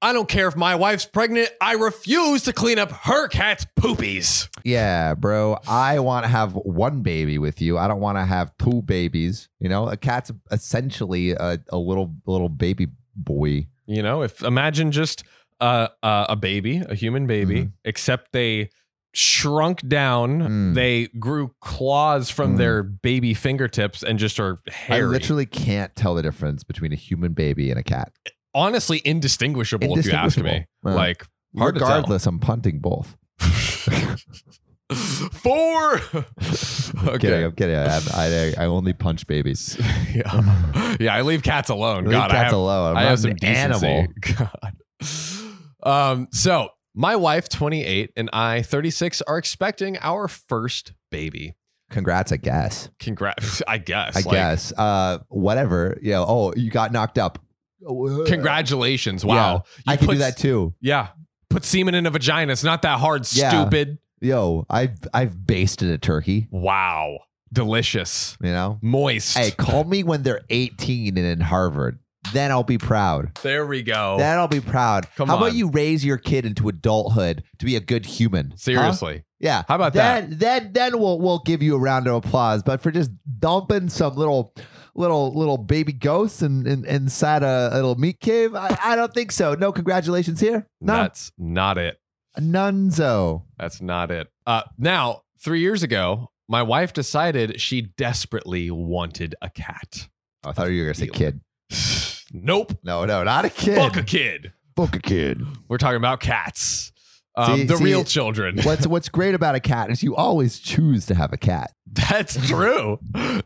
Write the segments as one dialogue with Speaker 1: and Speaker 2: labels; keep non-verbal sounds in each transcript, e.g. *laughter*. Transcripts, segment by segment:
Speaker 1: I don't care if my wife's pregnant. I refuse to clean up her cat's poopies.
Speaker 2: Yeah, bro. I want to have one baby with you. I don't want to have two babies. You know, a cat's essentially a, a little little baby boy.
Speaker 1: You know, if imagine just uh, uh, a baby, a human baby,
Speaker 2: Mm-hmm.
Speaker 1: except they shrunk down,
Speaker 2: Mm.
Speaker 1: they grew claws from
Speaker 2: Mm.
Speaker 1: their baby fingertips and just are hairy.
Speaker 2: I literally can't tell the difference between a human baby and a cat.
Speaker 1: Honestly, indistinguishable, if you ask me.
Speaker 2: Wow.
Speaker 1: like, hard to tell.
Speaker 2: Uh, regardless, I'm punting both.
Speaker 1: *laughs*
Speaker 2: *laughs*
Speaker 1: Four.
Speaker 2: I'm kidding. I'm kidding. I, I, I only
Speaker 1: *laughs*
Speaker 2: punch babies.
Speaker 1: yeah. *laughs* yeah, I leave cats alone.
Speaker 2: Leave
Speaker 1: God, I
Speaker 2: cats
Speaker 1: have,
Speaker 2: alone. I'm
Speaker 1: I
Speaker 2: not
Speaker 1: have some
Speaker 2: an
Speaker 1: decency. *laughs* God. Um, so my wife, 28, and I, 36, are expecting our first baby.
Speaker 2: Congrats, I guess.
Speaker 1: Congrats, *laughs* I guess.
Speaker 2: I
Speaker 1: Like,
Speaker 2: guess. Uh, whatever. Yeah. Oh, you got knocked up.
Speaker 1: Congratulations. Wow.
Speaker 2: I
Speaker 1: You
Speaker 2: can
Speaker 1: put-
Speaker 2: do that too.
Speaker 1: Yeah. Put semen in a vagina. It's not that hard,
Speaker 2: Yeah.
Speaker 1: stupid.
Speaker 2: Yo, I've I've basted a turkey.
Speaker 1: Wow. Delicious.
Speaker 2: You know.
Speaker 1: Moist. *laughs*
Speaker 2: Hey, call me when they're 18 and in Harvard. Then I'll be proud.
Speaker 1: There we go.
Speaker 2: Then I'll be proud.
Speaker 1: Oh. Come
Speaker 2: How about
Speaker 1: on.
Speaker 2: you raise your kid into adulthood to be a good human? Huh?
Speaker 1: Seriously.
Speaker 2: Yeah.
Speaker 1: How about that?
Speaker 2: then, Then then we'll we'll give you a round of applause. But for just dumping some little little little baby ghosts in, in, inside a, little meat cave, I, I don't think so. No congratulations here. No.
Speaker 1: That's not it.
Speaker 2: Nunzo.
Speaker 1: That's not it. Uh, now, three years ago, my wife decided she desperately wanted a cat. *sighs*
Speaker 2: I thought you were gonna say kid.
Speaker 1: nope.
Speaker 2: No, no, not a kid.
Speaker 1: Fuck a kid.
Speaker 2: Fuck a kid.
Speaker 1: We're talking about cats. Um,
Speaker 2: See-
Speaker 1: the
Speaker 2: see-
Speaker 1: real children.
Speaker 2: *laughs* What's what's great about a cat is you always choose to have a cat.
Speaker 1: *laughs* That's true.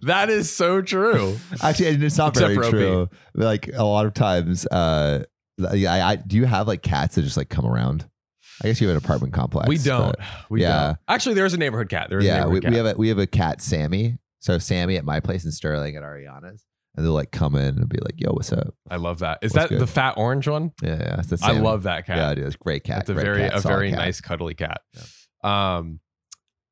Speaker 1: that is so true.
Speaker 2: Actually, and it's not
Speaker 1: Except
Speaker 2: very
Speaker 1: for OP.
Speaker 2: true. Like a lot of times, uh, yeah, I, I do you have like cats that just like come around? I guess you have an apartment complex.
Speaker 1: we don't.
Speaker 2: but-
Speaker 1: We
Speaker 2: yeah.
Speaker 1: don't. Actually, there is a neighborhood cat. There is a
Speaker 2: yeah,
Speaker 1: neighborhood cat.
Speaker 2: we, we have a we have a cat, Sammy. So Sammy at my place in Sterling at Ariana's, and they'll like come in and be like, "Yo, what's up?"
Speaker 1: I love that. Is
Speaker 2: What's
Speaker 1: that
Speaker 2: good?
Speaker 1: the fat orange one?
Speaker 2: Yeah, yeah, it's the
Speaker 1: I
Speaker 2: Sammy.
Speaker 1: love that cat.
Speaker 2: Yeah, dude, it's a great cat.
Speaker 1: It's a
Speaker 2: great
Speaker 1: very
Speaker 2: cat,
Speaker 1: a
Speaker 2: solid
Speaker 1: very
Speaker 2: cat.
Speaker 1: nice cuddly cat. Um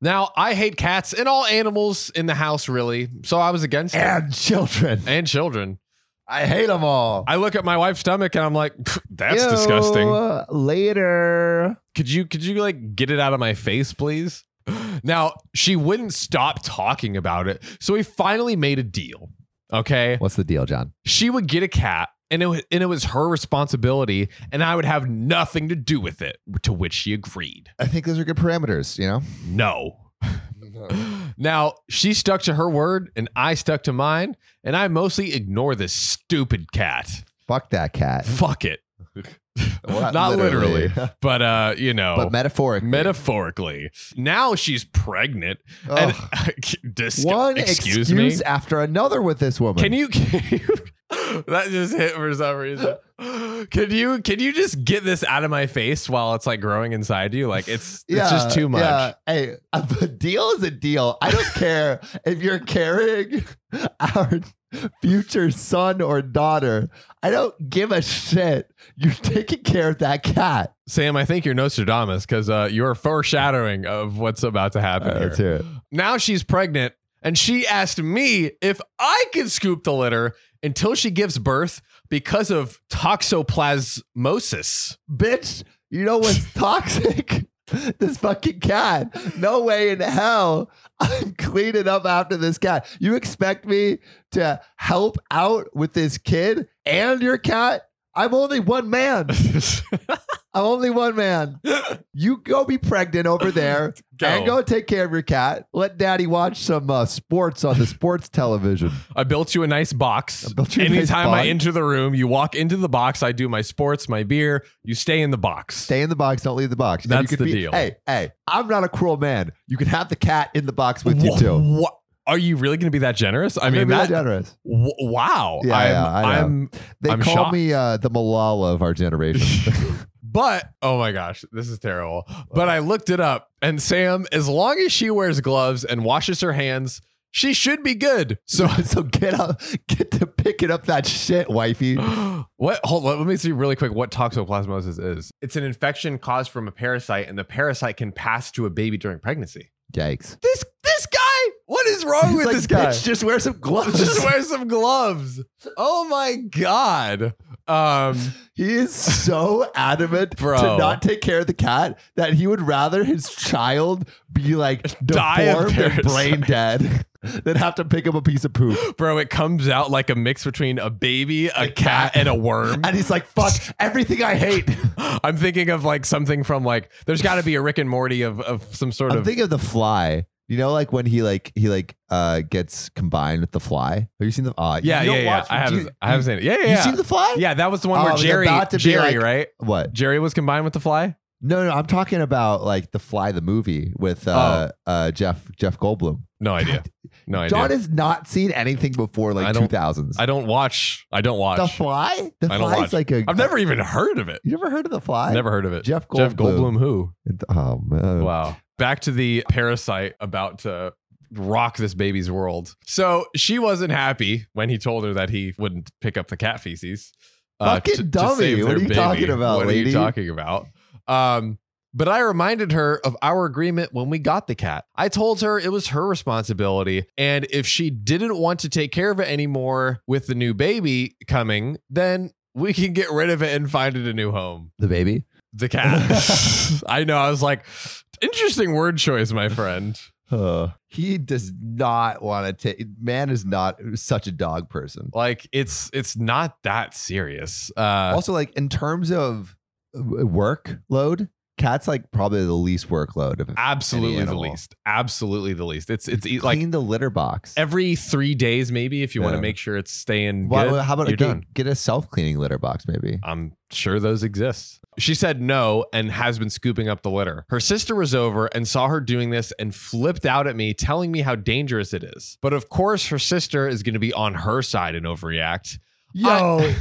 Speaker 1: now I hate cats and all animals in the house really. So I was against it.
Speaker 2: and children.
Speaker 1: and children.
Speaker 2: I hate them all.
Speaker 1: I look at my wife's stomach and I'm like, "Pff, that's
Speaker 2: Yo,
Speaker 1: disgusting. *laughs*
Speaker 2: Later.
Speaker 1: Could you could you like get it out of my face, please? *gasps* Now, she wouldn't stop talking about it. So we finally made a deal. Okay?
Speaker 2: What's the deal, John?
Speaker 1: She would get a cat and it wa- and it was her responsibility and I would have nothing to do with it, to which she agreed.
Speaker 2: I think those are good parameters. You know.
Speaker 1: No. *laughs* Now, she stuck to her word and I stuck to mine, and I mostly ignore this stupid cat.
Speaker 2: Fuck that cat.
Speaker 1: Fuck it.
Speaker 2: Well,
Speaker 1: *laughs* Not literally, *laughs*
Speaker 2: *laughs*
Speaker 1: but uh, you know,
Speaker 2: but metaphoric.
Speaker 1: metaphorically. Now she's pregnant. And *laughs* dis-
Speaker 2: one
Speaker 1: excuse,
Speaker 2: excuse,
Speaker 1: me.
Speaker 2: after another with this woman.
Speaker 1: Can you, *laughs* can you *laughs* that just hit for some reason. Can you can you just get this out of my face while it's like growing inside you? Like it's it's just too much.
Speaker 2: yeah. Hey, a *laughs* deal is a deal. I don't care if you're carrying *laughs* our future son or daughter. I don't give a shit. You're taking care of that cat.
Speaker 1: Sam, I think you're Nostradamus because uh, you're foreshadowing of what's about to happen. here.
Speaker 2: hear it.
Speaker 1: Now she's pregnant, and she asked me if I could scoop the litter until she gives birth because of
Speaker 2: *laughs*
Speaker 1: toxoplasmosis.
Speaker 2: Bitch, you know what's *laughs* toxic? This fucking cat. No way in hell I'm cleaning up after this cat. You expect me to help out with this kid and your cat? I'm only one man. I'm only
Speaker 1: *laughs*
Speaker 2: one man. You go be pregnant over there and go take care of your cat. Let daddy watch some uh, sports on the sports television.
Speaker 1: I built you a nice box.
Speaker 2: I built you a nice
Speaker 1: Anytime I
Speaker 2: box.
Speaker 1: enter the room, you walk into the box. I do my sports, my beer. You stay in the box.
Speaker 2: Stay in the box, don't leave the box. And
Speaker 1: That's
Speaker 2: could
Speaker 1: the deal.
Speaker 2: Hey, hey, I'm not a cruel man. You can have the cat in the box with you
Speaker 1: Wha-
Speaker 2: too.
Speaker 1: wha- Are you really going to be that generous? I mean,
Speaker 2: Maybe
Speaker 1: that,
Speaker 2: they're generous.
Speaker 1: w- wow.
Speaker 2: Yeah,
Speaker 1: I'm,
Speaker 2: yeah, I know.
Speaker 1: I'm-
Speaker 2: They
Speaker 1: I'm
Speaker 2: call
Speaker 1: shocked.
Speaker 2: me uh, the Malala of our generation.
Speaker 1: *laughs*
Speaker 2: *laughs*
Speaker 1: But oh my gosh, this is terrible. But I looked it up, and Sam, as long as she wears gloves and washes her hands, she should be
Speaker 2: *gasps*
Speaker 1: good.
Speaker 2: so, so get up, get to picking up that shit, wifey.
Speaker 1: What? Hold on. Let me see really quick what toxoplasmosis is. It's an infection caused from a parasite, and the parasite can pass to a baby during pregnancy.
Speaker 2: Yikes.
Speaker 1: This this guy. What is wrong
Speaker 2: It's
Speaker 1: with
Speaker 2: like,
Speaker 1: this guy? *laughs*
Speaker 2: Bitch, just wear some gloves.
Speaker 1: Just wear some gloves. Oh my god. Um,
Speaker 2: *laughs* He is so adamant
Speaker 1: Bro.
Speaker 2: to not take care of the cat that he would rather his child be like
Speaker 1: Die of
Speaker 2: deformed and
Speaker 1: parasite.
Speaker 2: brain
Speaker 1: *laughs*
Speaker 2: dead than have to pick up a piece of poop.
Speaker 1: bro, it comes out like a mix between a baby, a, cat,
Speaker 2: cat.
Speaker 1: and a worm.
Speaker 2: And he's like, fuck everything
Speaker 1: *laughs*
Speaker 2: I hate.
Speaker 1: I'm thinking of like something from like there's got to be a Rick and Morty of of some sort
Speaker 2: I'm
Speaker 1: of
Speaker 2: thinking of the fly. You know, like when he like he like uh gets combined with the fly. Have you seen the uh,
Speaker 1: yeah yeah yeah. I have I have seen it. Yeah yeah.
Speaker 2: You
Speaker 1: yeah.
Speaker 2: seen the fly?
Speaker 1: Yeah, that was the one
Speaker 2: Oh, I
Speaker 1: where
Speaker 2: was
Speaker 1: Jerry,
Speaker 2: about to be
Speaker 1: Jerry,
Speaker 2: like-
Speaker 1: right?
Speaker 2: What?
Speaker 1: Jerry was combined with the fly.
Speaker 2: No, no, I'm talking about like the fly the movie with uh
Speaker 1: Oh.
Speaker 2: uh Jeff Jeff Goldblum.
Speaker 1: No idea. No idea.
Speaker 2: John has not seen anything before
Speaker 1: I
Speaker 2: like
Speaker 1: don't-
Speaker 2: two thousands.
Speaker 1: I don't watch. I don't watch.
Speaker 2: The Fly? The
Speaker 1: I don't
Speaker 2: Fly
Speaker 1: watch.
Speaker 2: is like a.
Speaker 1: I've never even heard of it.
Speaker 2: *laughs* You never heard of The Fly?
Speaker 1: never heard of it.
Speaker 2: Jeff Goldblum.
Speaker 1: Jeff Goldblum, who?
Speaker 2: And- Oh man.
Speaker 1: Wow. Back to the parasite about to rock this baby's world. So she wasn't happy when he told her that he wouldn't pick up the cat feces. uh,
Speaker 2: Fucking dummy.
Speaker 1: save
Speaker 2: What
Speaker 1: their
Speaker 2: are you talking about,
Speaker 1: What are
Speaker 2: lady?
Speaker 1: you talking about? Um, but I reminded her of our agreement when we got the cat. I told her it was her responsibility. And if she didn't want to take care of it anymore with the new baby coming, then we can get rid of it and find it a new home
Speaker 2: The baby.
Speaker 1: the cat. *laughs* I know. I was like, interesting word choice, my friend.
Speaker 2: Uh, he does not want to take. Man is not such a dog person.
Speaker 1: Like it's it's not that serious. Uh,
Speaker 2: also, like in terms of w- workload, cats like probably the least workload of
Speaker 1: absolutely the
Speaker 2: animal.
Speaker 1: least. Absolutely the least. It's it's e- Ah, like
Speaker 2: clean the litter box.
Speaker 1: every three days maybe if you want to
Speaker 2: Yeah.
Speaker 1: make sure it's staying
Speaker 2: Why-
Speaker 1: good.
Speaker 2: how about
Speaker 1: you're
Speaker 2: a,
Speaker 1: done.
Speaker 2: get, get a self cleaning litter box? Maybe.
Speaker 1: I'm sure those exist. She said no and has been scooping up the litter. Her sister was over and saw her doing this and flipped out at me, telling me how dangerous it is. But of course, her sister is going to be on her side and overreact.
Speaker 2: Yo,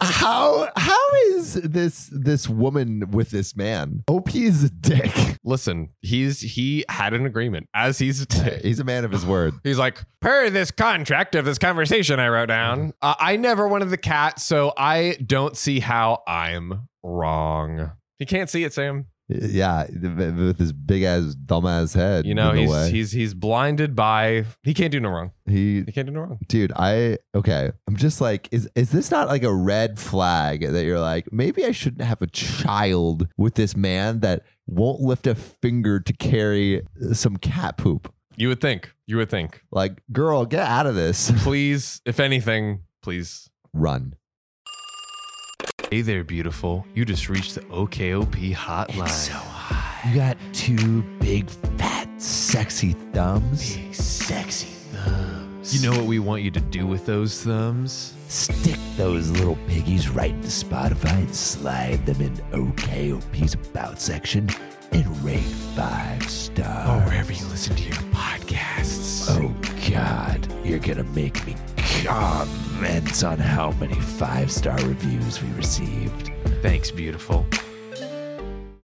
Speaker 2: how how is this this woman with this man? OP is a dick.
Speaker 1: listen, he's he had an agreement as he's
Speaker 2: *laughs*
Speaker 1: *laughs*
Speaker 2: He's a man of his word.
Speaker 1: he's like per this contract of this conversation I wrote down. Uh, I never wanted the cat, so I don't see how I'm wrong. He can't see it, Sam.
Speaker 2: Yeah, with his big ass dumb ass head.
Speaker 1: You know
Speaker 2: in the
Speaker 1: he's
Speaker 2: way.
Speaker 1: he's he's blinded by he can't do no wrong.
Speaker 2: he.
Speaker 1: He can't do no wrong.
Speaker 2: Dude, I okay. I'm just like, is is this not like a red flag that you're like, maybe I shouldn't have a child with this man that won't lift a finger to carry some cat poop?
Speaker 1: You would think. You would *laughs* think.
Speaker 2: Like, girl, get out of this.
Speaker 1: Please, if anything, please
Speaker 2: Run.
Speaker 1: Hey there, beautiful. You just reached the OKOP hotline. It's so hot.
Speaker 2: You got two big, fat, sexy thumbs.
Speaker 1: Sexy thumbs. You know what we want you to do with those thumbs?
Speaker 2: Stick those little piggies right into Spotify and slide them in OKOP's About section and rate five stars.
Speaker 1: Oh, wherever you listen to your podcasts.
Speaker 2: Oh God, you're gonna make me comment on how many five star reviews we received.
Speaker 1: Thanks, beautiful.